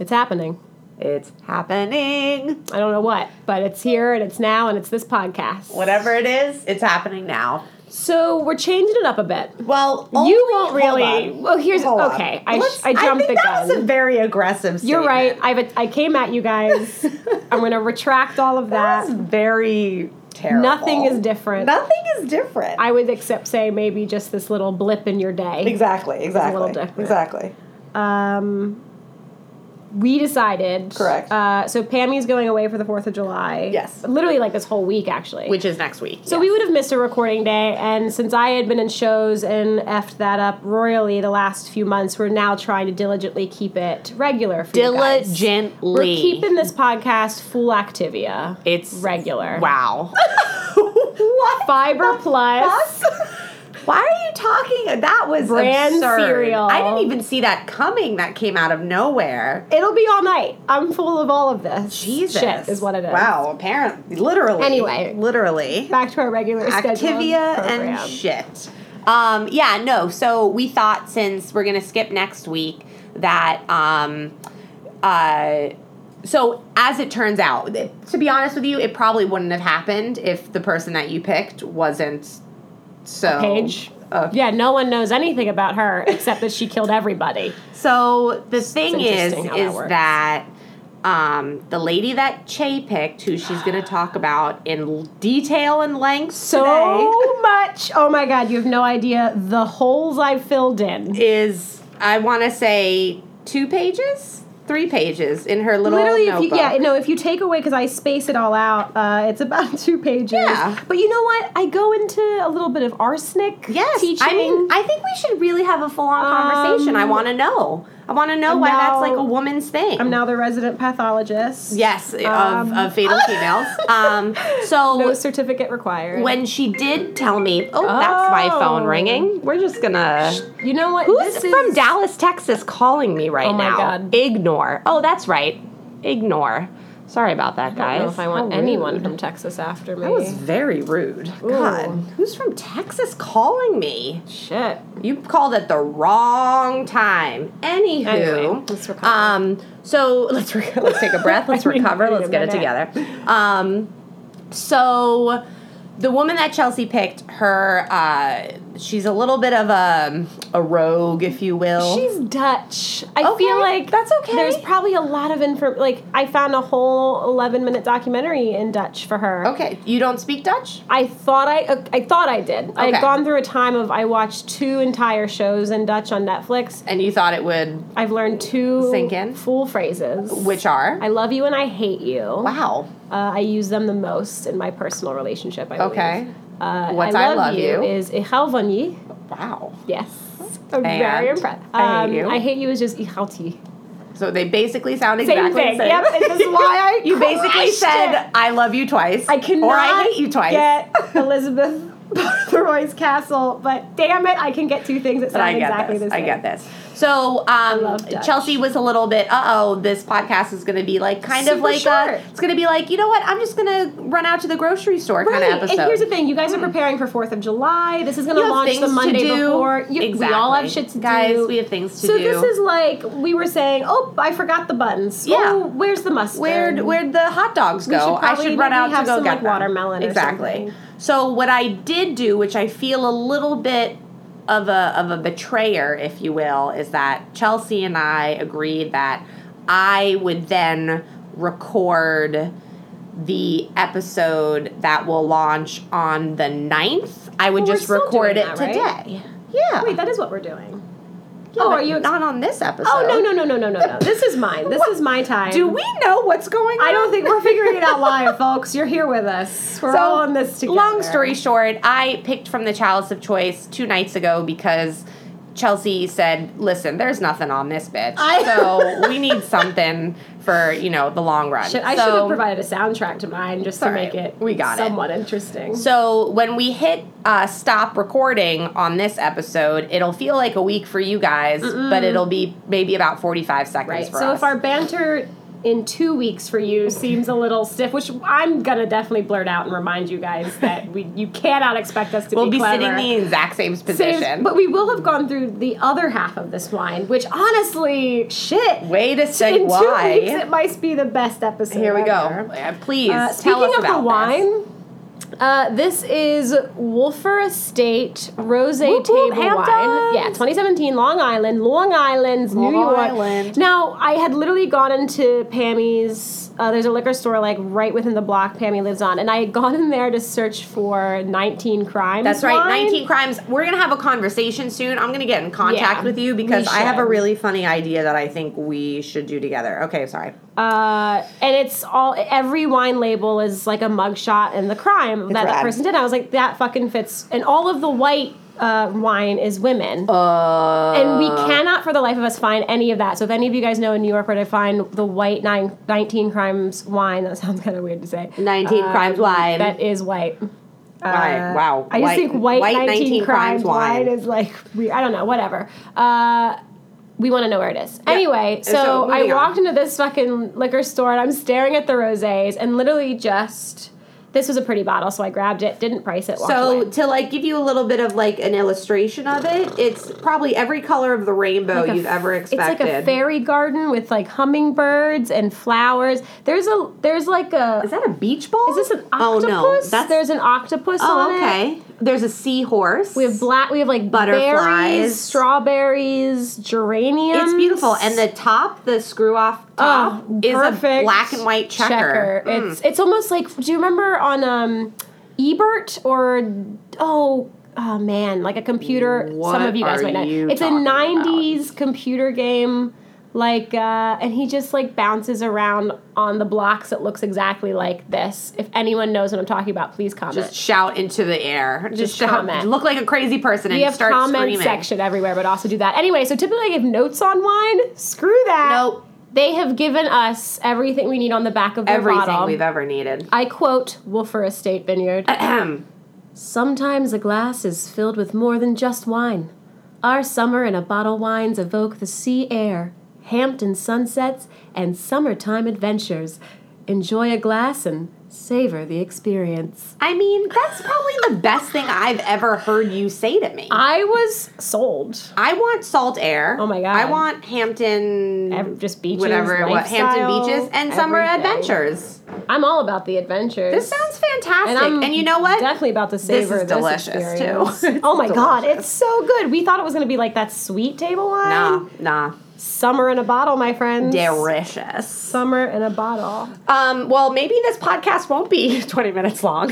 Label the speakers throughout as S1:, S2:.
S1: It's happening.
S2: It's happening.
S1: I don't know what, but it's here and it's now and it's this podcast.
S2: Whatever it is, it's happening now.
S1: So we're changing it up a bit.
S2: Well,
S1: you
S2: only-
S1: won't
S2: hold
S1: really.
S2: on.
S1: Well, here's
S2: Hold on.
S1: okay. I, sh-
S2: Let's-
S1: I jumped
S2: think
S1: the
S2: that
S1: gun.
S2: was a very aggressive.
S1: You're right.
S2: statement.
S1: I've a, I came at you guys. I'm going to retract all of
S2: That
S1: that.
S2: was very terrible.
S1: Nothing is different.
S2: Nothing is different.
S1: I would except say maybe just this little blip in your day.
S2: exactly. Exactly.
S1: little different.
S2: Exactly.
S1: Um, we decided.
S2: Correct.
S1: Uh, so Pammy's going away for the Fourth of July.
S2: Yes.
S1: Literally like this whole week actually.
S2: Which is next week.
S1: So we would have missed a recording day, and since I had been in shows and effed that up royally the last few months, we're now trying to diligently keep it regular. For you guys.
S2: diligently.
S1: We're keeping this podcast full Activia.
S2: It's
S1: regular.
S2: Wow. what?
S1: Fiber Plus.
S2: Why are you talking? That was
S1: Brand
S2: absurd.
S1: cereal.
S2: I didn't even see that coming. That came out of nowhere.
S1: It'll be all night. I'm full of all of this.
S2: Jesus,
S1: Shit is what it is.
S2: Wow, apparently, literally.
S1: Anyway.
S2: literally.
S1: Back to our regular schedule.
S2: Activia and shit. Um, yeah, no. So we thought since we're gonna skip next week that um, uh, so as it turns out, th- to be honest with you, it probably wouldn't have happened if the person that you picked wasn't so
S1: Page.
S2: Uh,
S1: yeah, no one knows anything about her except that she killed everybody.
S2: So the thing is,
S1: interesting how that
S2: is
S1: works.
S2: that um, the lady that Che picked, who she's going to talk about in l- detail and length
S1: so
S2: today,
S1: much. Oh my god, you have no idea the holes I filled in.
S2: is I want to say two pages, three pages in her little
S1: Literally, if you,
S2: notebook.
S1: yeah, no, if you take away because I space it all out, uh, it's about two pages.
S2: Yeah.
S1: But you know what? I go into a little bit of arsenic.
S2: yes,
S1: teaching.
S2: I mean, I think we should really have a full-on conversation. I
S1: Um,
S2: want to know. I want to know why that's
S1: now-
S2: like a woman's thing.
S1: I'm now the resident pathologist.
S2: yes
S1: Um,
S2: of, of fatal females. Um, so
S1: No certificate required.
S2: when she did tell me, oh, that's my phone
S1: Oh.
S2: ringing. We're just gonna.
S1: you know what?
S2: Who's
S1: this
S2: from
S1: is,
S2: Dallas, Texas, calling me right
S1: Oh my
S2: now?
S1: God.
S2: Ignore. Oh, that's right. Ignore. Sorry about that,
S1: I
S2: guys.
S1: don't know if I want
S2: How
S1: anyone
S2: rude.
S1: from Texas after me.
S2: That was very rude. God, who's from Texas calling me?
S1: shit.
S2: You called at the wrong time. Anywho,
S1: Anyway, let's recover.
S2: Um, so let's re- let's take a breath. Let's
S1: I mean,
S2: recover.
S1: wait a
S2: Let's get it together.
S1: minute.
S2: Um, so the woman that Chelsea picked, her, uh, she's a little bit of a a rogue, if you will.
S1: She's Dutch. I
S2: Okay,
S1: feel like
S2: that's okay.
S1: There's probably a lot of info. Like I found a whole 11 minute documentary in Dutch for her.
S2: okay. You don't speak Dutch.
S1: I thought I uh, I thought I did. I
S2: Okay.
S1: had gone through a time of I watched two entire shows in Dutch on Netflix.
S2: And you thought it would,
S1: I've learned two
S2: Sink in.
S1: full phrases.
S2: which are?
S1: I love you and I hate you.
S2: wow.
S1: Uh, I use them the most in my personal relationship. I
S2: Okay.
S1: believe. Uh,
S2: What's
S1: I love, you, is ich hou van je.
S2: Wow.
S1: Yes. I'm very
S2: And
S1: impressed.
S2: I hate
S1: Um,
S2: you.
S1: I hate you is just ich hou ti.
S2: So they basically sound
S1: Same
S2: exactly
S1: thing.
S2: the same.
S1: Yep. This is why I
S2: You basically
S1: crushed
S2: said,
S1: it.
S2: "I love you twice,"
S1: I cannot
S2: or "I hate you twice."
S1: get Elizabeth Bartheroy's castle, but damn it, I can get two things that
S2: but I
S1: sound
S2: get
S1: exactly
S2: this.
S1: the
S2: I
S1: same.
S2: get this. So um,
S1: love Dutch.
S2: Chelsea was a little bit, "Uh oh, this podcast is going to be like kind of
S1: Super
S2: like
S1: short.
S2: a, it's going to be like you know what? I'm just going to run out to the grocery store
S1: Right,
S2: kind of episode." Hmm.
S1: and here's the thing: you guys are preparing for Fourth of July. This is going
S2: You
S1: to
S2: have
S1: launch
S2: things
S1: the
S2: to
S1: Monday
S2: do.
S1: before. You, We all have
S2: Exactly.
S1: shit to
S2: Guys,
S1: do.
S2: we have things to
S1: so
S2: do.
S1: this is like we were saying. Oh, I forgot the buns.
S2: Yeah.
S1: Oh, where's the mustard?
S2: Where'd where'd the hot dogs
S1: We should
S2: go? I
S1: probably
S2: should run
S1: maybe
S2: out to
S1: have
S2: go
S1: some,
S2: get
S1: like,
S2: them.
S1: watermelon or
S2: Exactly.
S1: something.
S2: So what I did do, which I feel a little bit of a of a betrayer, if you will, is that Chelsea and I agreed that I would then record the episode that will launch on the 9th. I would
S1: Well, we're
S2: just
S1: still
S2: record
S1: doing
S2: it
S1: that, right?
S2: today. Yeah.
S1: Wait, that is what we're doing.
S2: Yeah,
S1: oh,
S2: but
S1: are you? Ex-
S2: not on this episode?
S1: oh no no no no no no no. This is mine. This is my time.
S2: Do we know what's going on?
S1: I don't think we're figuring it out live, folks. You're here with us. We're all on this together.
S2: Long story short, I picked from the Chalice of Choice two nights ago because Chelsea said, "Listen, there's nothing on this bitch,
S1: I-
S2: so we need something for you know the long run."
S1: Should- I
S2: so,
S1: should have provided a soundtrack to mine just to
S2: Sorry,
S1: make it
S2: we got it.
S1: somewhat interesting.
S2: So when we hit uh, stop recording on this episode, it'll feel like a week for you guys, but it'll be maybe about forty-five seconds
S1: right.
S2: for
S1: So
S2: us.
S1: if our banter in two weeks for you seems a little stiff, which I'm gonna definitely blurt out and remind you guys that we you cannot expect us to
S2: We'll be,
S1: clever.
S2: sitting the exact same
S1: Same-
S2: position.
S1: but we will have gone through the other half of this wine, which honestly, shit.
S2: Wait a second,
S1: in
S2: why?
S1: two weeks, it might be the best episode.
S2: Here we
S1: ever.
S2: go. Yeah, Please
S1: Uh,
S2: tell
S1: speaking
S2: us
S1: of
S2: about
S1: the
S2: this.
S1: wine, uh, this is Wolfer Estate Rose
S2: Whoop,
S1: Table
S2: whoop,
S1: Wine.
S2: Hamptons.
S1: Yeah, 2017, Long Island, Long Island's New
S2: Long
S1: York.
S2: Island.
S1: Now, I had literally gone into Pammy's. Uh, there's a liquor store like right within the block Pammy lives on, and I had gone in there to search for 19 Crimes.
S2: That's right,
S1: wine.
S2: 19 crimes. We're going to have a conversation soon. I'm going to get in contact
S1: Yeah,
S2: with you because
S1: we
S2: I have a
S1: should.
S2: really funny idea that I think we should do together. Okay, sorry.
S1: Uh, and it's all every wine label is like a mugshot and the crime that that
S2: rad.
S1: person did. I was like, that fucking fits. And all of the white uh, wine is women,
S2: Uh,
S1: and we cannot for the life of us find any of that. So if any of you guys know in New York where to find the white nine, 19 crimes wine, that sounds kind of weird to say. Uh,
S2: 19 crimes wine.
S1: That is white.
S2: Why? Wow.
S1: Uh, I just
S2: White-
S1: think white,
S2: white
S1: 19,
S2: 19
S1: crimes,
S2: crimes
S1: wine.
S2: wine.
S1: is like we I don't know, whatever. Uh we want to know where it is. Anyway, so,
S2: so
S1: I
S2: moving on.
S1: walked into this fucking liquor store and I'm staring at the rosés and literally just this was a pretty bottle, so I grabbed it, didn't price it. walked
S2: So
S1: away.
S2: to like give you a little bit of like an illustration of it, it's probably every color of the rainbow
S1: like a
S2: you've
S1: f-
S2: ever expected.
S1: It's like a fairy garden with like hummingbirds and flowers. There's a there's like a
S2: Is that a beach ball?
S1: is this an
S2: Oh
S1: octopus?
S2: no, that's
S1: there's an octopus on
S2: oh
S1: it.
S2: okay. There's a seahorse.
S1: We have black. We have like
S2: Butterflies.
S1: berries, strawberries, geranium.
S2: It's beautiful, and the top, the screw off top, is a black and white checker.
S1: Oh,
S2: Mm.
S1: It's it's almost like. Do you remember on um, Ebert or oh. Oh man, like a computer.
S2: What
S1: some of you guys
S2: are
S1: might know.
S2: you
S1: It's a
S2: talking about?
S1: '90s computer game, like, uh, and he just like bounces around on the blocks. that looks exactly like this. If anyone knows what I'm talking about, please comment.
S2: Just shout into the air. Just, shout.
S1: comment.
S2: Look like a crazy person and
S1: we have
S2: start
S1: comment
S2: screaming.
S1: section everywhere, but also do that. Anyway, so typically I give notes on wine. Screw that.
S2: Nope.
S1: They have given us everything we need on the back of their
S2: Everything
S1: bottle.
S2: we've ever needed.
S1: I quote Wolfer Estate Vineyard.
S2: Ahem.
S1: Sometimes a glass is filled with more than just wine. Our summer and a bottle wines evoke the sea air, Hampton sunsets, and summertime adventures. Enjoy a glass and savor the experience.
S2: I mean, that's probably the best thing I've ever heard you say to me.
S1: I was sold.
S2: I want salt air.
S1: Oh my God.
S2: I want Hampton,
S1: Ev- just beaches,
S2: whatever it was,
S1: lifestyle,
S2: Hampton beaches and summer
S1: everything.
S2: adventures.
S1: I'm all about the adventures.
S2: This sounds fantastic. And,
S1: I'm
S2: you know what?
S1: Definitely about the savor.
S2: is
S1: of
S2: delicious, too.
S1: experience.
S2: It's
S1: oh my god,
S2: delicious.
S1: it's so good. We thought it was going to be like that sweet table wine.
S2: nah, nah,
S1: Summer in a bottle, my friends.
S2: delicious.
S1: Summer in a bottle.
S2: Um, well, maybe this podcast won't be 20 minutes long.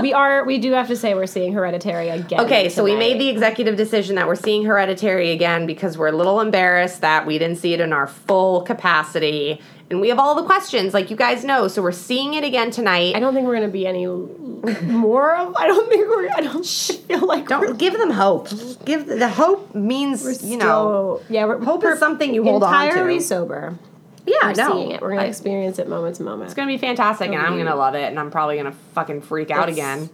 S1: we are. We do have to say we're seeing Hereditary again.
S2: okay, so we
S1: tonight.
S2: made the executive decision that we're seeing Hereditary again because we're a little embarrassed that we didn't see it in our full capacity. And we have all the questions, like you guys know. So we're seeing it again tonight.
S1: I don't think we're going to be any more of. I don't think we're. I don't feel like we're,
S2: Don't give them hope. Give the hope means
S1: we're
S2: you know.
S1: still- Yeah, we're
S2: hope is something you hold on to.
S1: entirely sober.
S2: Yeah,
S1: We're seeing it. We're going to experience it moment to moment.
S2: It's gonna be fantastic, and I'm
S1: be-
S2: gonna love it, and I'm probably gonna fucking freak out
S1: It's
S2: again.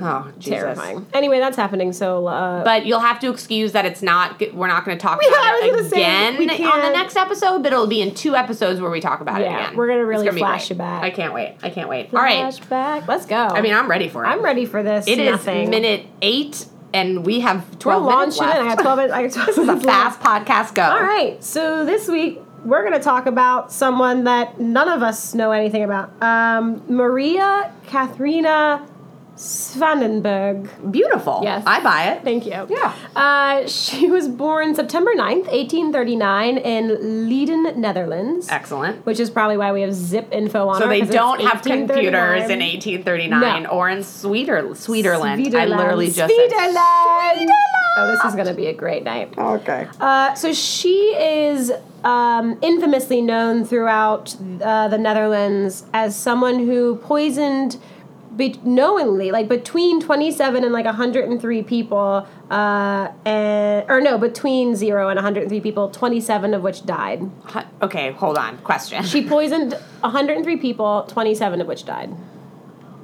S2: Oh, Jesus.
S1: terrifying. Anyway, that's happening. So, uh,
S2: But you'll have to excuse that it's not. We're not gonna talk
S1: Yeah, I
S2: about
S1: was
S2: it
S1: gonna say,
S2: again
S1: we
S2: on the
S1: can't-
S2: next episode, but it'll be in two episodes where we talk about it
S1: Yeah,
S2: again.
S1: we're gonna
S2: It's
S1: really
S2: be
S1: flash
S2: great.
S1: you back.
S2: I can't wait. I can't wait. All right.
S1: flashback. Let's go.
S2: I mean, I'm ready for it.
S1: I'm ready for this.
S2: It is
S1: nothing.
S2: minute eight, and we have
S1: We're
S2: 12 minutes
S1: launching it.
S2: left.
S1: I got 12 minutes. I got 12
S2: this is a
S1: minutes left.
S2: fast podcast. Go.
S1: All right. So this week we're going to talk about someone that none of us know anything about. Um, Maria Katharina Svandenberg.
S2: Beautiful.
S1: Yes.
S2: I buy it.
S1: Thank you.
S2: Yeah.
S1: Uh, she was born September 9th, 1839 in Leiden, Netherlands.
S2: Excellent.
S1: Which is probably why we have zip info on
S2: So
S1: her,
S2: they
S1: 'cause it's
S2: don't have computers
S1: 1839.
S2: in 1839
S1: No.
S2: or in Sweeter Sweeterland. I
S1: Sweeterland.
S2: literally just
S1: Sweeterland. Oh, this is going to be a great night.
S2: okay.
S1: Uh, so she is um, infamously known throughout uh, the Netherlands as someone who poisoned. Be- knowingly, like between 27 and like 103 people, uh, and, or no, between zero and 103 people, 27 of which died.
S2: Uh, Okay, hold on. Question.
S1: She poisoned 103 people, 27 of which died.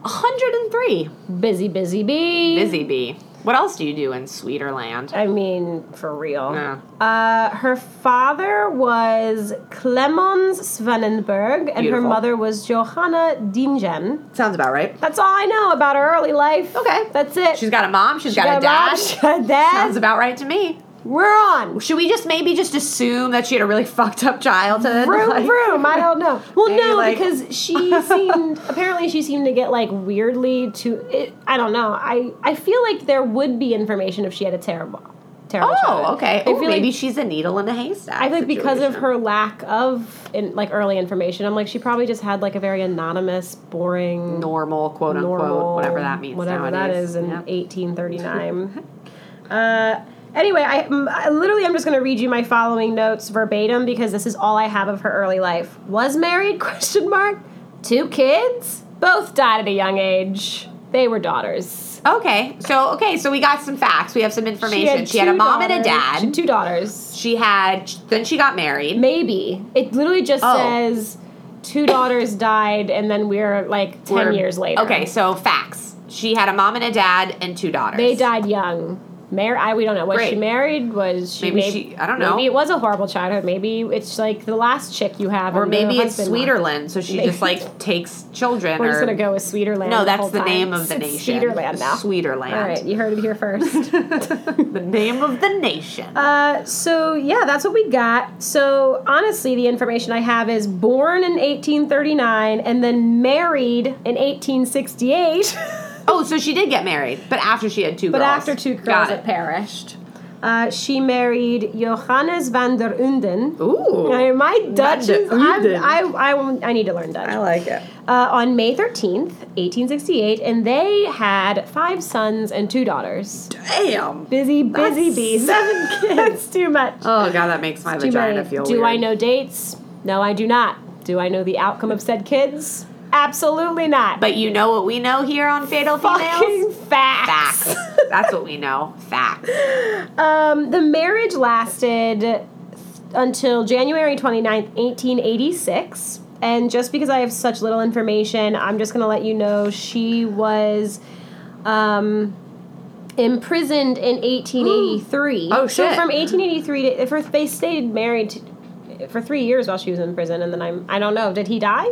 S2: 103.
S1: Busy, busy bee.
S2: Busy bee. What else do you do in Sweeterland?
S1: I mean, for real.
S2: No.
S1: Uh, her father was Clemens Svanenberg, and her
S2: Beautiful.
S1: mother was Johanna Dingen.
S2: Sounds about right.
S1: That's all I know about her early life.
S2: Okay.
S1: That's it.
S2: She's got a mom.
S1: She
S2: she's got a dad.
S1: mom, she got a dad.
S2: Sounds about right to me.
S1: We're on.
S2: Should we just maybe just assume that she had a really fucked up childhood?
S1: Vroom,
S2: Like-
S1: vroom. I don't know. Well,
S2: Maybe,
S1: no,
S2: like-
S1: because she seemed. apparently, she seemed to get like weirdly to. It, I don't know. I I feel like there would be information if she had a terrible, terrible.
S2: Oh,
S1: childhood.
S2: okay.
S1: I
S2: Oh,
S1: feel like-
S2: maybe she's a needle in a haystack.
S1: I think because of
S2: situation.
S1: her lack of in, like early information, I'm like she probably just had like a very anonymous, boring,
S2: normal, quote unquote,
S1: normal,
S2: whatever that means
S1: whatever that
S2: nowadays.
S1: is in
S2: Yeah.
S1: 1839. uh, anyway, I, m- I literally I'm just going to read you my following notes verbatim because this is all I have of her early life. Was married? Question mark. Two kids. Both died at a young age. They were daughters.
S2: Okay, so okay, so we got some facts. We have some information. She had, a
S1: two
S2: mom and a
S1: daughters-
S2: dad.
S1: she had two daughters.
S2: She had then she got married.
S1: Maybe. It literally just
S2: Oh.
S1: says two daughters died and then we're like 10
S2: We're-
S1: years later.
S2: Okay, so facts. She had a mom and a dad and two daughters.
S1: They died young. Mar- I, we don't know. Was she
S2: Great.
S1: married? Was she
S2: Maybe she- I don't know.
S1: Maybe it was a horrible childhood. Maybe it's like the last chick you have.
S2: or
S1: and the
S2: maybe it's
S1: husband left.
S2: Sweeterland, so she
S1: Maybe.
S2: just like takes children.
S1: We're
S2: or,
S1: just gonna go with Sweeterland.
S2: No,
S1: the
S2: that's
S1: whole
S2: the
S1: time.
S2: name of the
S1: It's
S2: nation.
S1: Sweeterland now.
S2: Sweeterland.
S1: All right, you heard it here first.
S2: the name of the nation.
S1: Uh, so yeah, that's what we got. So honestly, the information I have is born in 1839 and then married in 1868.
S2: oh, so she did get married, but after she had two
S1: but
S2: girls.
S1: after two girls,
S2: Got
S1: it
S2: it.
S1: perished. Uh, she married Johannes van der Unden.
S2: Ooh.
S1: Now, my Dutch is I'm,
S2: Unden.
S1: I, I, I need to learn Dutch.
S2: like it.
S1: Uh, on May 13th, 1868, and they had five sons and two daughters.
S2: Damn.
S1: Busy, busy bees.
S2: seven
S1: That's too much.
S2: Oh god, that makes my
S1: Do,
S2: vagina
S1: I,
S2: feel
S1: do
S2: weird.
S1: I know dates? No, I do not. Do I know the outcome of said kids? Absolutely not.
S2: But you know what we know here on Fatal Females?
S1: fucking facts.
S2: Facts. That's what we know. Facts.
S1: um, the marriage lasted until January 29th, 1886. And just because I have such little information, I'm just going to let you know she was um, imprisoned in 1883.
S2: Oh,
S1: So
S2: shit.
S1: from 1883 to, for, they stayed married t for three years while she was in prison. And then I'm, I don't know, did he die?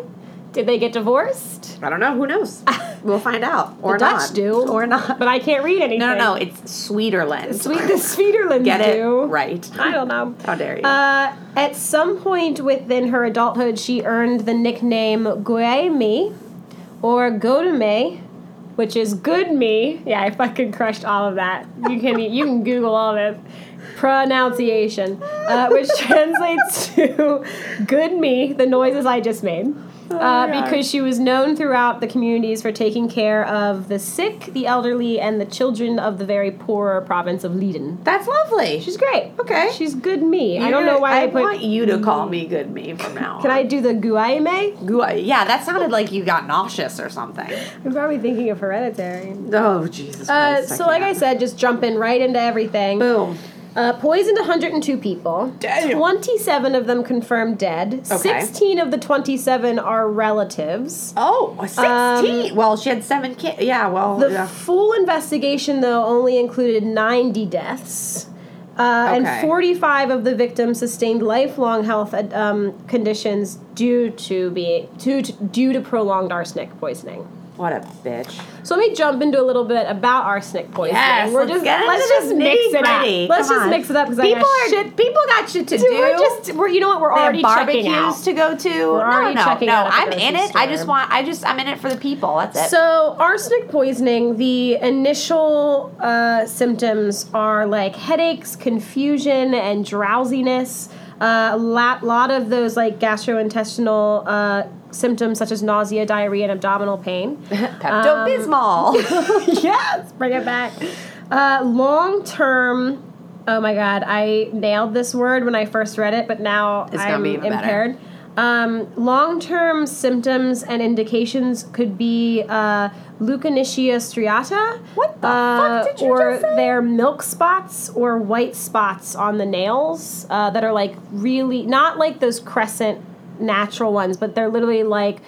S1: Did they get divorced?
S2: I don't know. Who knows? We'll find out. Or
S1: the Dutch
S2: not.
S1: do.
S2: Or not.
S1: But I can't read anything.
S2: No, no, no. It's Sweeterland.
S1: Sweet, the Sweeterlands
S2: Get it
S1: do.
S2: right.
S1: I don't know.
S2: How dare you?
S1: Uh, at some point within her adulthood, she earned the nickname Guemi or Godame, which is good me. Yeah, I fucking crushed all of that. You can you can Google all this pronunciation, uh, which translates to good me. The noises I just made. Uh,
S2: Oh God.
S1: because she was known throughout the communities for taking care of the sick, the elderly, and the children of the very poor province of Leiden.
S2: That's lovely.
S1: She's great.
S2: okay.
S1: She's good me. I
S2: You're
S1: don't know
S2: gonna-
S1: why I,
S2: I
S1: put.
S2: want you to call me good me from now.
S1: Can I do the guaime?
S2: on. Yeah, that sounded like you got nauseous or something.
S1: I'm probably thinking of hereditary.
S2: Oh Jesus.
S1: Uh,
S2: Christ,
S1: so, like I
S2: can't.
S1: said, just jumping right into everything.
S2: boom.
S1: Uh, poisoned 102 people.
S2: Damn.
S1: 27 of them confirmed dead.
S2: Okay.
S1: 16 of the 27 are relatives.
S2: Oh, 16. well, she had seven kids. Yeah, well,
S1: The
S2: yeah.
S1: full investigation, though, only included 90 deaths. Uh,
S2: Okay.
S1: And 45 of the victims sustained lifelong health uh, um, conditions due to be due to, due to prolonged arsenic poisoning.
S2: what a bitch.
S1: So let me jump into a little bit about arsenic poisoning.
S2: Yes,
S1: We're
S2: let's
S1: just
S2: get into
S1: let's
S2: the
S1: just mix it
S2: nitty-gritty.
S1: up. Let's
S2: Come
S1: just
S2: on.
S1: mix it up because
S2: People
S1: I
S2: are
S1: got shit.
S2: people got shit to do.
S1: Dude, we're just we're, you know what we're
S2: They have
S1: already
S2: barbecues
S1: checking out.
S2: to go to. no,
S1: already
S2: no,
S1: checking
S2: no.
S1: out at the
S2: I'm
S1: grocery
S2: in it. I just
S1: store.
S2: want. I just. I'm in it for the people. That's it.
S1: So arsenic poisoning, the initial uh, symptoms are like headaches, confusion, and drowsiness. Uh, a lot, lot of those like gastrointestinal uh, symptoms such as nausea, diarrhea, and abdominal pain. um,
S2: Pepto Bismol.
S1: yes, bring it back. Uh, long term. Oh my god, I nailed this word when I first read it, but now
S2: It's gonna
S1: I'm
S2: be even better.
S1: impaired. Um, long term symptoms and indications could be uh, leukonychia striata.
S2: What the
S1: uh,
S2: fuck did you
S1: Or
S2: just say?
S1: their milk spots or white spots on the nails uh, that are like really not like those crescent natural ones, but they're literally like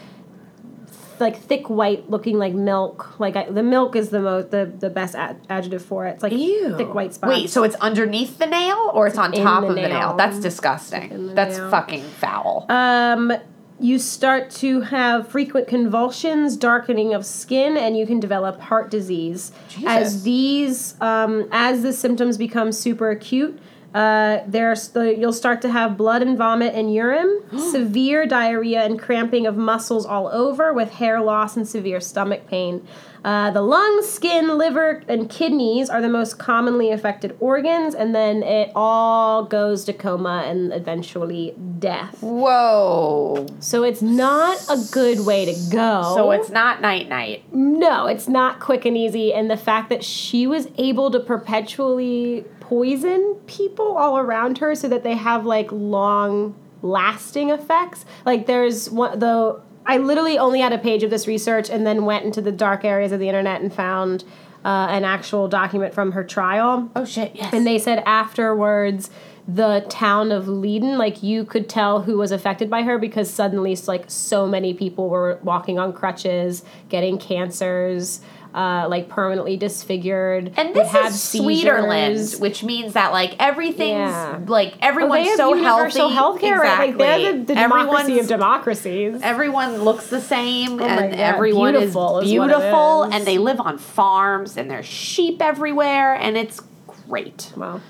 S1: like thick white looking like milk. Like I, the milk is the most the, the best ad- adjective for it. It's like
S2: Ew.
S1: thick white spots.
S2: Wait, so it's underneath the nail or it's on
S1: in
S2: top
S1: the
S2: of the nail?
S1: nail.
S2: That's
S1: in
S2: disgusting.
S1: the
S2: That's
S1: nail.
S2: fucking foul.
S1: Um, you start to have frequent convulsions, darkening of skin, and you can develop heart disease.
S2: Jesus.
S1: As these, um, as the symptoms become super acute, uh, there's the, you'll start to have blood and vomit and urine, severe diarrhea and cramping of muscles all over, with hair loss and severe stomach pain. Uh, the lungs, skin, liver, and kidneys are the most commonly affected organs, and then it all goes to coma and eventually death.
S2: Whoa.
S1: So it's not a good way to go.
S2: So it's not night night.
S1: no, it's not quick and easy. And the fact that she was able to perpetually poison people all around her so that they have like long lasting effects. Like there's one though I literally only had a page of this research and then went into the dark areas of the internet and found uh, an actual document from her trial.
S2: Oh shit, yes.
S1: And they said afterwards, the town of Leiden, like you could tell who was affected by her because suddenly, s- like so many people were walking on crutches, getting cancers, uh, like permanently disfigured,
S2: and
S1: would
S2: this
S1: have
S2: is Swedenland,
S1: seizures.
S2: which means that like everything's
S1: Yeah.
S2: like
S1: Well,
S2: everyone's
S1: they have
S2: so healthy.
S1: universal healthcare, right? Like they're the, the democracy
S2: Everyone's-
S1: of democracies.
S2: everyone looks the same
S1: my
S2: and
S1: God,
S2: everyone
S1: beautiful
S2: is
S1: is what it
S2: beautiful
S1: is.
S2: and they live on farms and there's sheep everywhere and it's great.
S1: Well,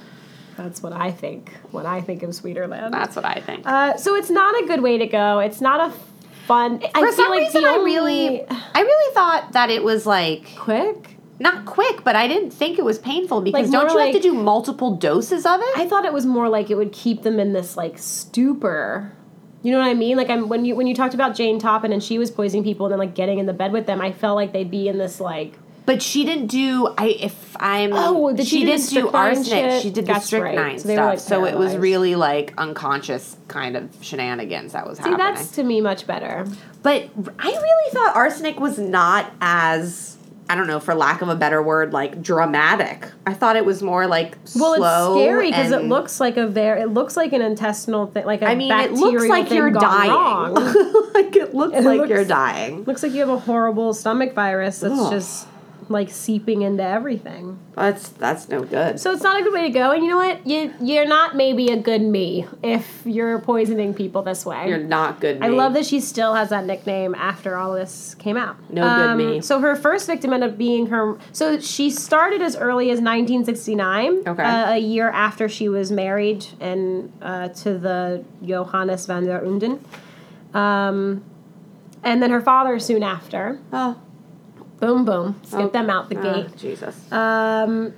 S1: that's what I think when I think of Sweeterland.
S2: That's what I think.
S1: Uh, so it's not a good way to go. It's not a fun. I
S2: For
S1: feel
S2: some
S1: like
S2: reason,
S1: the
S2: I really,
S1: only-
S2: I really thought that it was like
S1: quick.
S2: not quick, but I didn't think it was painful
S1: Like,
S2: because don't
S1: more
S2: you have to
S1: like-
S2: do multiple doses of it?
S1: I thought it was more like it would keep them in this like stupor. You know what I mean? Like I'm when you when you talked about Jane Toppin and she was poisoning people and then like getting in the bed with them, I felt like they'd be in this like
S2: but she didn't do. I if I'm
S1: Oh, did she do the
S2: didn't do
S1: strychnine
S2: arsenic.
S1: shit?
S2: She did the
S1: That's right.
S2: strychnine
S1: So
S2: stuff.
S1: they were, like,
S2: so it was
S1: paralyzed.
S2: really like unconscious kind of shenanigans that was
S1: see
S2: happening.
S1: that's to me much better.
S2: But I really thought arsenic was not as I don't know, for lack of a better word, like dramatic. I thought it was more like
S1: Well,
S2: slow
S1: it's scary because it
S2: and-
S1: looks like a very it looks like an intestinal thing like a
S2: I mean, it
S1: bacterial
S2: looks like
S1: thing
S2: you're
S1: gone
S2: dying.
S1: wrong.
S2: like it looks
S1: It
S2: like
S1: looks-
S2: you're dying.
S1: looks like you have a horrible stomach virus that's
S2: Ugh.
S1: just like seeping into everything.
S2: That's that's no good.
S1: So it's not a good way to go. And you know what? You you're not maybe a good me if you're poisoning people this way.
S2: You're not good.
S1: I
S2: me.
S1: love that she still has that nickname after all this came out. Um,
S2: No good me.
S1: So her first victim ended up being her. So she started as early as 1969.
S2: Okay.
S1: uh, a year after she was married and uh, to the Johannes van der Unden. Um, and then her father soon after.
S2: Oh,
S1: Boom, boom. Skip
S2: Oh.
S1: them out the
S2: ah,
S1: gate.
S2: Jesus.
S1: Um,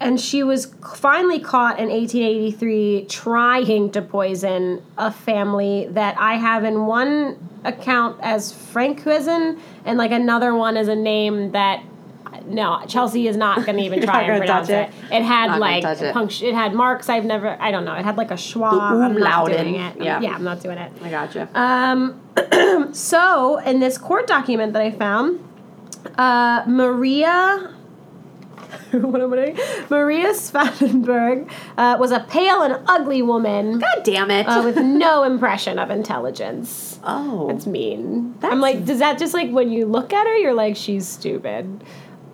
S1: and she was c- finally caught in 1883 trying to poison a family that I have in one account as Frankuizen and like another one as a name that no Chelsea is not going to even
S2: You're
S1: try
S2: not
S1: and
S2: gonna touch
S1: pronounce it. It had
S2: Not gonna
S1: like
S2: touch it.
S1: punct- it had marks I've never I don't know. It had like a schwa.
S2: The
S1: I'm not
S2: umlauten.
S1: doing it. I'm-
S2: Yeah.
S1: yeah, I'm not doing it.
S2: I gotcha.
S1: Um, so, in this court document that I found, uh, Maria. what am I doing? Maria Spaffenberg uh, was a pale and ugly woman
S2: God damn it.
S1: uh, with no impression of intelligence.
S2: oh,
S1: That's mean.
S2: That's-
S1: I'm like, does that just like when you look at her, you're like, she's stupid.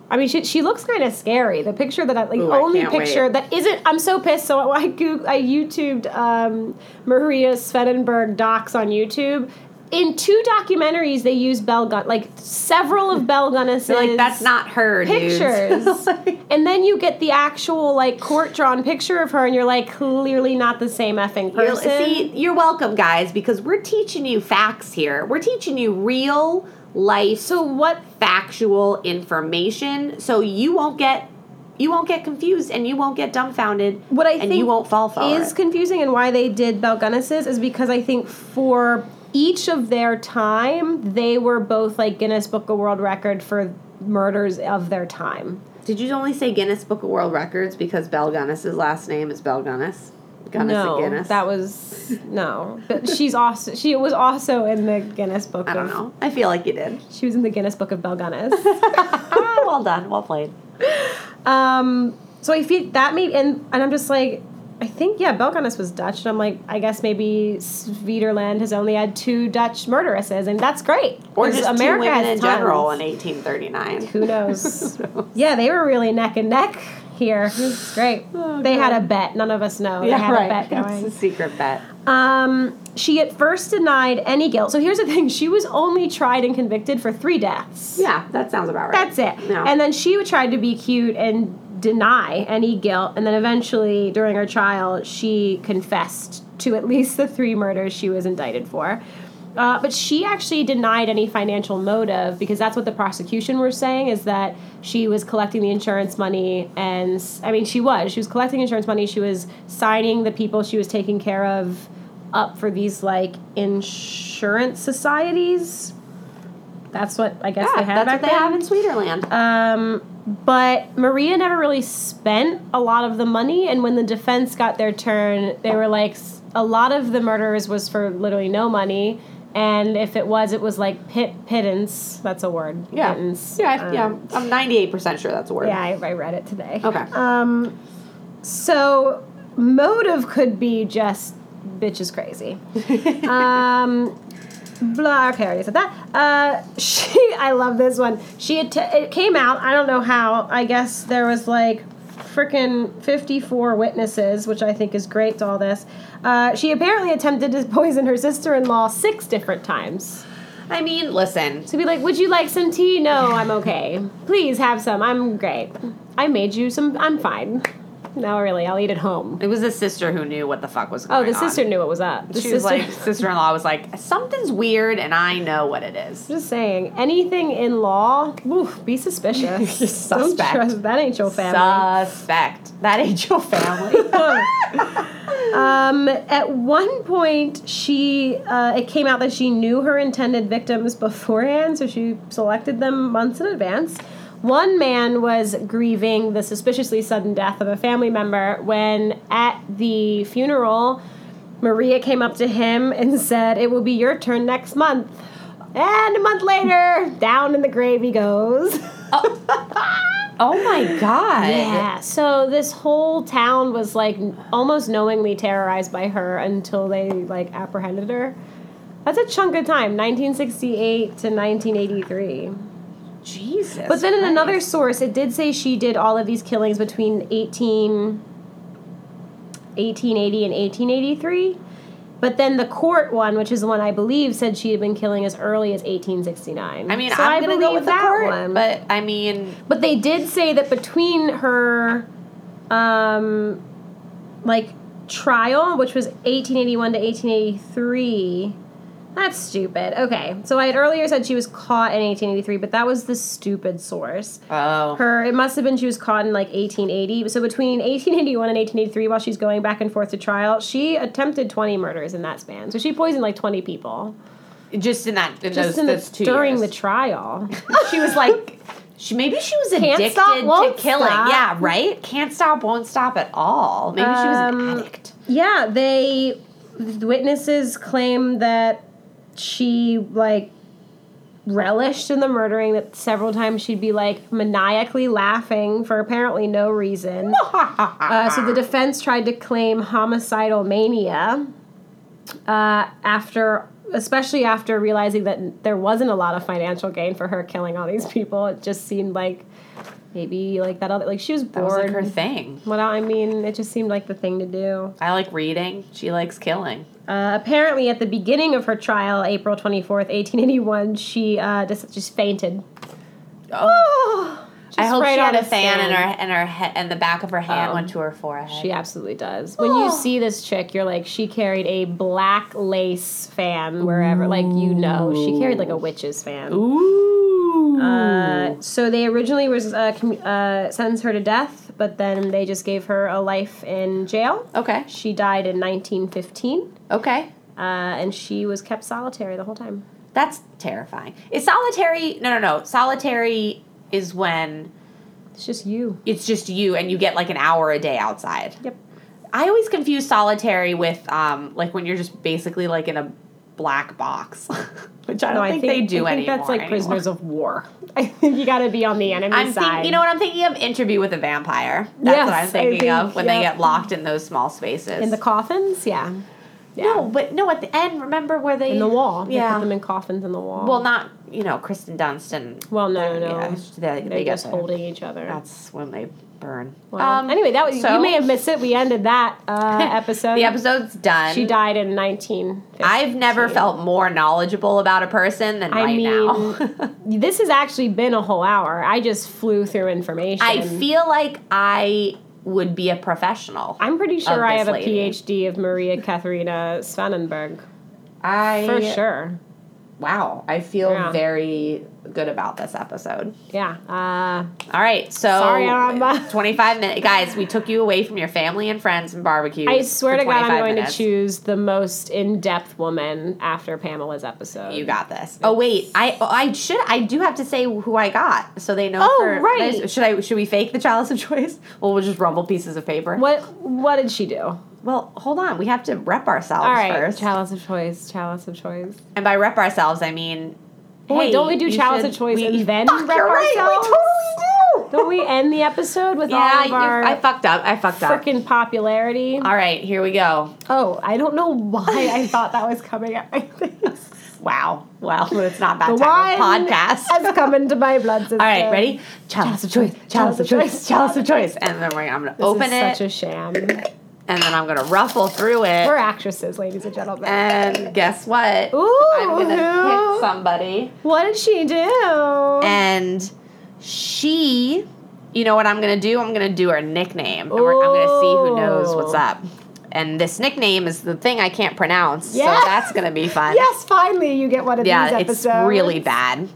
S1: I mean, she, she looks kind of scary. The picture that I like,
S2: Ooh, I
S1: only
S2: can't
S1: picture
S2: wait.
S1: that isn't. I'm so pissed. So I Goog- I YouTubed um, Maria Swedenberg docs on YouTube. In two documentaries, they use bell gun like several of Bell Gunness's
S2: They're like that's not her. dudes.
S1: pictures.
S2: Like,
S1: And then you get the actual like court drawn picture of her, and you're like, clearly not the same effing
S2: you're-
S1: person.
S2: see, you're welcome, guys, because we're teaching you facts here. We're teaching you real life,
S1: so what
S2: factual information, so you won't get you won't get confused and you won't get dumbfounded.
S1: what I
S2: and
S1: think
S2: you won't fall for
S1: is
S2: it.
S1: confusing and why they did Balgunness's is because I think for each of their time they were both like Guinness Book of World Record for murders of their time.
S2: Did you only say Guinness Book of World Records because Bell Gunness's last name is Bell Gunness? Gunness
S1: no,
S2: of Guinness.
S1: that was no. But she's also she was also in the Guinness Book.
S2: I don't
S1: of,
S2: know. I feel like you did.
S1: She was in the Guinness Book of Balgunness.
S2: Ah, well done. Well played.
S1: Um, so I feel that may and and I'm just like I think yeah, Belcanus was Dutch, and I'm like, I guess maybe Svederland has only had two Dutch murderesses, and that's great.
S2: Or
S1: 'cause
S2: just America two women in
S1: tons.
S2: general in 1839.
S1: Who knows? yeah, they were really neck and neck here. It was great.
S2: Oh,
S1: they had
S2: God.
S1: a bet. None of us know. they
S2: Yeah,
S1: had
S2: right.
S1: a bet
S2: That's
S1: going.
S2: a secret bet.
S1: Um, she at first denied any guilt. So here's the thing: she was only tried and convicted for three deaths.
S2: Yeah, that sounds about right.
S1: That's it.
S2: No.
S1: And then she would try to be cute and deny any guilt. And then eventually, during her trial, she confessed to at least the three murders she was indicted for. Uh, but she actually denied any financial motive because that's what the prosecution were saying is that she was collecting the insurance money and s- i mean she was she was collecting insurance money she was signing the people she was taking care of up for these like insurance societies that's what i guess they
S2: yeah,
S1: had back
S2: that's what they
S1: then.
S2: have in Sweeterland.
S1: Um, but Maria never really spent a lot of the money, and when the defense got their turn, they were like, s- a lot of the murders was for literally no money, and if it was, it was like pit pittance. That's a word.
S2: yeah.
S1: Pittance.
S2: Yeah, I-
S1: Um,
S2: yeah. Oh, I'm 98% sure that's a word.
S1: Yeah, I, I read it today.
S2: Okay.
S1: Um, so motive could be just bitch is crazy. um, blah. Okay, I already said that. Uh, she. I love this one. She. Att- it came out. I don't know how. I guess there was like freaking 54 witnesses, which I think is great to all this. Uh, she apparently attempted to poison her sister-in-law six different times.
S2: I mean, listen.
S1: To be like, would you like some tea? No, I'm okay. Please have some. I'm great. I made you some. I'm fine. No, really, I'll eat at home.
S2: It was the sister who knew what the fuck was
S1: Oh,
S2: going on.
S1: the sister knew what was up. The
S2: she
S1: sister,
S2: was like, sister in law was like, something's weird and I know what it is.
S1: just saying, anything in law, oof, be suspicious. Don't
S2: Suspect.
S1: trust that ain't your family.
S2: Suspect. That ain't your family.
S1: Um, at one point, she uh, it came out that she knew her intended victims beforehand, so she selected them months in advance. One man was grieving the suspiciously sudden death of a family member when, at the funeral, Maria came up to him and said, "It will be your turn next month." And a month later, down in the grave he goes.
S2: oh my god.
S1: Yeah. So this whole town was like n- almost knowingly terrorized by her until they like apprehended her. That's a chunk of time, 1968 to 1983.
S2: Jesus.
S1: But then in
S2: Christ.
S1: another source, it did say she did all of these killings between 18 1880 and 1883. But then the court one, which is the one I believe, said she had been killing as early as 1869.
S2: I mean,
S1: so
S2: I'm gonna go
S1: believe
S2: with the court, but I mean,
S1: but they did say that between her, um, like trial, which was 1881 to 1883. That's stupid. Okay, so I had earlier said she was caught in 1883, but that was the stupid source.
S2: oh,
S1: Her, it must have been she was caught in like 1880. So between 1881 and 1883, while she's going back and forth to trial, she attempted 20 murders in that span. So she poisoned like 20 people
S2: just in that, in
S1: just
S2: those,
S1: in
S2: those
S1: the,
S2: two
S1: during the
S2: years.
S1: trial.
S2: she was like, she maybe she was
S1: Can't
S2: addicted
S1: stop, won't
S2: to killing.
S1: stop.
S2: Yeah, right. Can't stop, won't stop at all. Maybe she was an
S1: Um,
S2: addict.
S1: Yeah, they the witnesses claim that she like relished in the murdering that several times she'd be like maniacally laughing for apparently no reason. Uh, so the defense tried to claim homicidal mania uh, after, especially after realizing that there wasn't a lot of financial gain for her killing all these people. It just seemed like maybe like that other like she was
S2: that was like
S1: bored.
S2: her thing.
S1: Well, I mean, it just seemed like the thing to do.
S2: I like reading. She likes killing.
S1: Uh, apparently, at the beginning of her trial, April 24th, 1881, she uh, just, just fainted. Oh!
S2: I hope she had a fan
S1: in
S2: and her and her head and the back of her hand
S1: Oh.
S2: went to her Oh. forehead.
S1: She absolutely does. When you see this chick, you're like, she carried a black lace fan wherever. Like, you know, she carried like a witch's fan.
S2: Ooh.
S1: Uh, so they originally was uh, commu- uh, sentenced her to death, but then they just gave her a life in jail.
S2: okay.
S1: She died in 1915.
S2: Okay.
S1: uh, and she was kept solitary the whole time.
S2: That's terrifying. Is solitary? No, no, no. Solitary is when
S1: It's just you.
S2: it's just you and you get like an hour a day outside.
S1: Yep.
S2: I always confuse solitary with um like when you're just basically like in a black box, which I don't
S1: I
S2: think, they do
S1: I think
S2: anymore.
S1: that's like
S2: anymore.
S1: prisoners of war. I think you got to be on the enemy
S2: I'm
S1: side.
S2: thinking, you know what I'm thinking of? Interview with a Vampire. That's
S1: Yes,
S2: what I'm
S1: I
S2: thinking
S1: think,
S2: of when they
S1: yeah.
S2: get locked in those small spaces.
S1: in the coffins, yeah, yeah,
S2: no, but no, at the end, remember where they
S1: in the wall. They
S2: Yeah.
S1: put them in coffins in the wall.
S2: well, not you know Kristen Dunstan.
S1: well, no, no,
S2: Yeah,
S1: no.
S2: they, they
S1: They're
S2: get
S1: just
S2: the-
S1: holding each other.
S2: That's when they burn. Um,
S1: Well, anyway, that was
S2: so-
S1: you may have missed it. We ended that uh, episode.
S2: the episode's done.
S1: She died in 1950.
S2: I've never felt more knowledgeable about a person than
S1: I
S2: right
S1: mean,
S2: now.
S1: this has actually been a whole hour. I just flew through information.
S2: I feel like I would be a professional.
S1: I'm pretty sure I have
S2: this
S1: a
S2: lady.
S1: PhD of Maria Katharina Svanenberg
S2: I
S1: for sure.
S2: Wow, I feel
S1: Yeah.
S2: very good about this episode.
S1: Yeah. Uh,
S2: All right, so
S1: Sorry, I'm-
S2: 25 minutes. Guys, we took you away from your family and friends and barbecues.
S1: I swear
S2: for
S1: to God, I'm
S2: 25
S1: going
S2: minutes.
S1: to choose the most in-depth woman after Pamela's episode.
S2: You got this. Oh wait, I oh, I should I do have to say who I got so they know.
S1: Oh,
S2: for-
S1: right.
S2: Should I should we fake the chalice of choice? Well, we'll just rumble pieces of paper.
S1: what? What did she do?
S2: Well, hold on. We have to rep ourselves
S1: All right,
S2: first.
S1: chalice of choice, chalice of choice.
S2: and by rep ourselves, I mean.
S1: Wait,
S2: hey,
S1: don't we do
S2: you
S1: chalice
S2: should-
S1: of choice
S2: we-
S1: and then
S2: Fuck,
S1: rep
S2: you're right, we
S1: ourselves?
S2: totally do.
S1: Don't we end the episode with
S2: yeah,
S1: all of
S2: you,
S1: our
S2: I fucked up. I fucked up.
S1: freaking popularity?
S2: All right, here we go.
S1: Oh, I don't know why I thought that was coming at my face.
S2: Wow. Well, it's not that
S1: The
S2: type
S1: wine
S2: of podcast.
S1: has come into my blood system.
S2: All right, ready? Chalice of choice, chalice of choice, chalice of choice. And then we're, I'm going to
S1: This
S2: open
S1: is
S2: it,
S1: such a sham.
S2: and then I'm going to ruffle through
S1: We're
S2: it.
S1: actresses, ladies and gentlemen.
S2: And guess what?
S1: Ooh,
S2: I'm going to
S1: who?
S2: pick somebody.
S1: what did she do?
S2: And she, you know what I'm going to do? I'm going to do her nickname. And we're, I'm going to see who knows what's
S1: Ooh.
S2: up. And this nickname is the thing I can't pronounce.
S1: Yes.
S2: So that's going to be fun.
S1: yes, finally you get one of
S2: Yeah,
S1: these
S2: it's
S1: episodes.
S2: really bad.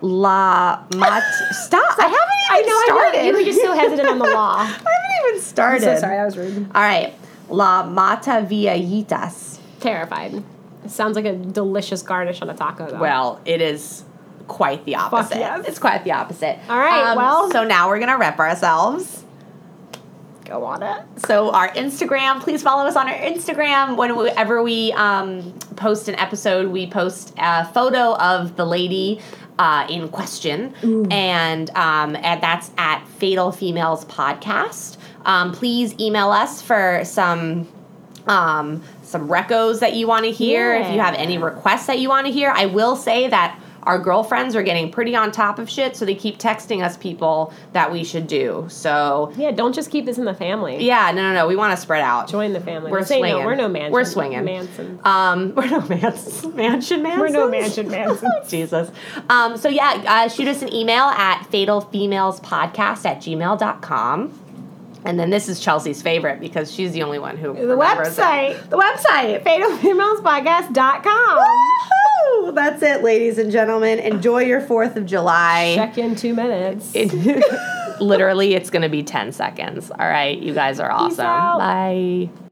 S2: La mat. Stop! I
S1: I
S2: haven't even
S1: know,
S2: started.
S1: I know. You were just so hesitant on the law.
S2: I haven't even
S1: I'm
S2: started.
S1: so sorry, that was rude.
S2: All right, La Mata Viejitas.
S1: Terrified. It sounds like a delicious garnish on a taco, though.
S2: Well, it is quite the opposite.
S1: yes.
S2: It's quite the opposite. Um,
S1: All right, well-
S2: so now we're gonna rep ourselves.
S1: go on it.
S2: So our Instagram, please follow us on our Instagram. Whenever we um, post an episode, we post a photo of the lady uh, in question, and um, and that's at Fatal Females Podcast. Um, please email us for some um, some recos that you want to hear. If you
S1: Yeah.
S2: have any requests that you want to hear, I will say that. Our girlfriends are getting pretty on top of shit, so they keep texting us people that we should do. So
S1: Yeah, don't just keep this in the family.
S2: yeah, no, no, no. We want to spread out.
S1: Join the family.
S2: We're
S1: This ain't
S2: swinging.
S1: No, we're no mansion.
S2: We're swinging.
S1: Mansons.
S2: Um, we're no mans- mansion mansons.
S1: We're no mansion Mansons.
S2: Jesus. Um, so yeah, uh, shoot us an email at fatalfemalespodcast at gmail.com. And then this is Chelsea's favorite because she's the only one who
S1: the website,
S2: The website.
S1: fatalfemalespodcast.com.
S2: Woo! That's it, ladies and gentlemen. Enjoy your 4th of July.
S1: Check in two minutes.
S2: Literally, it's going to be 10 seconds. All right, you guys are awesome.
S1: out.
S2: Bye.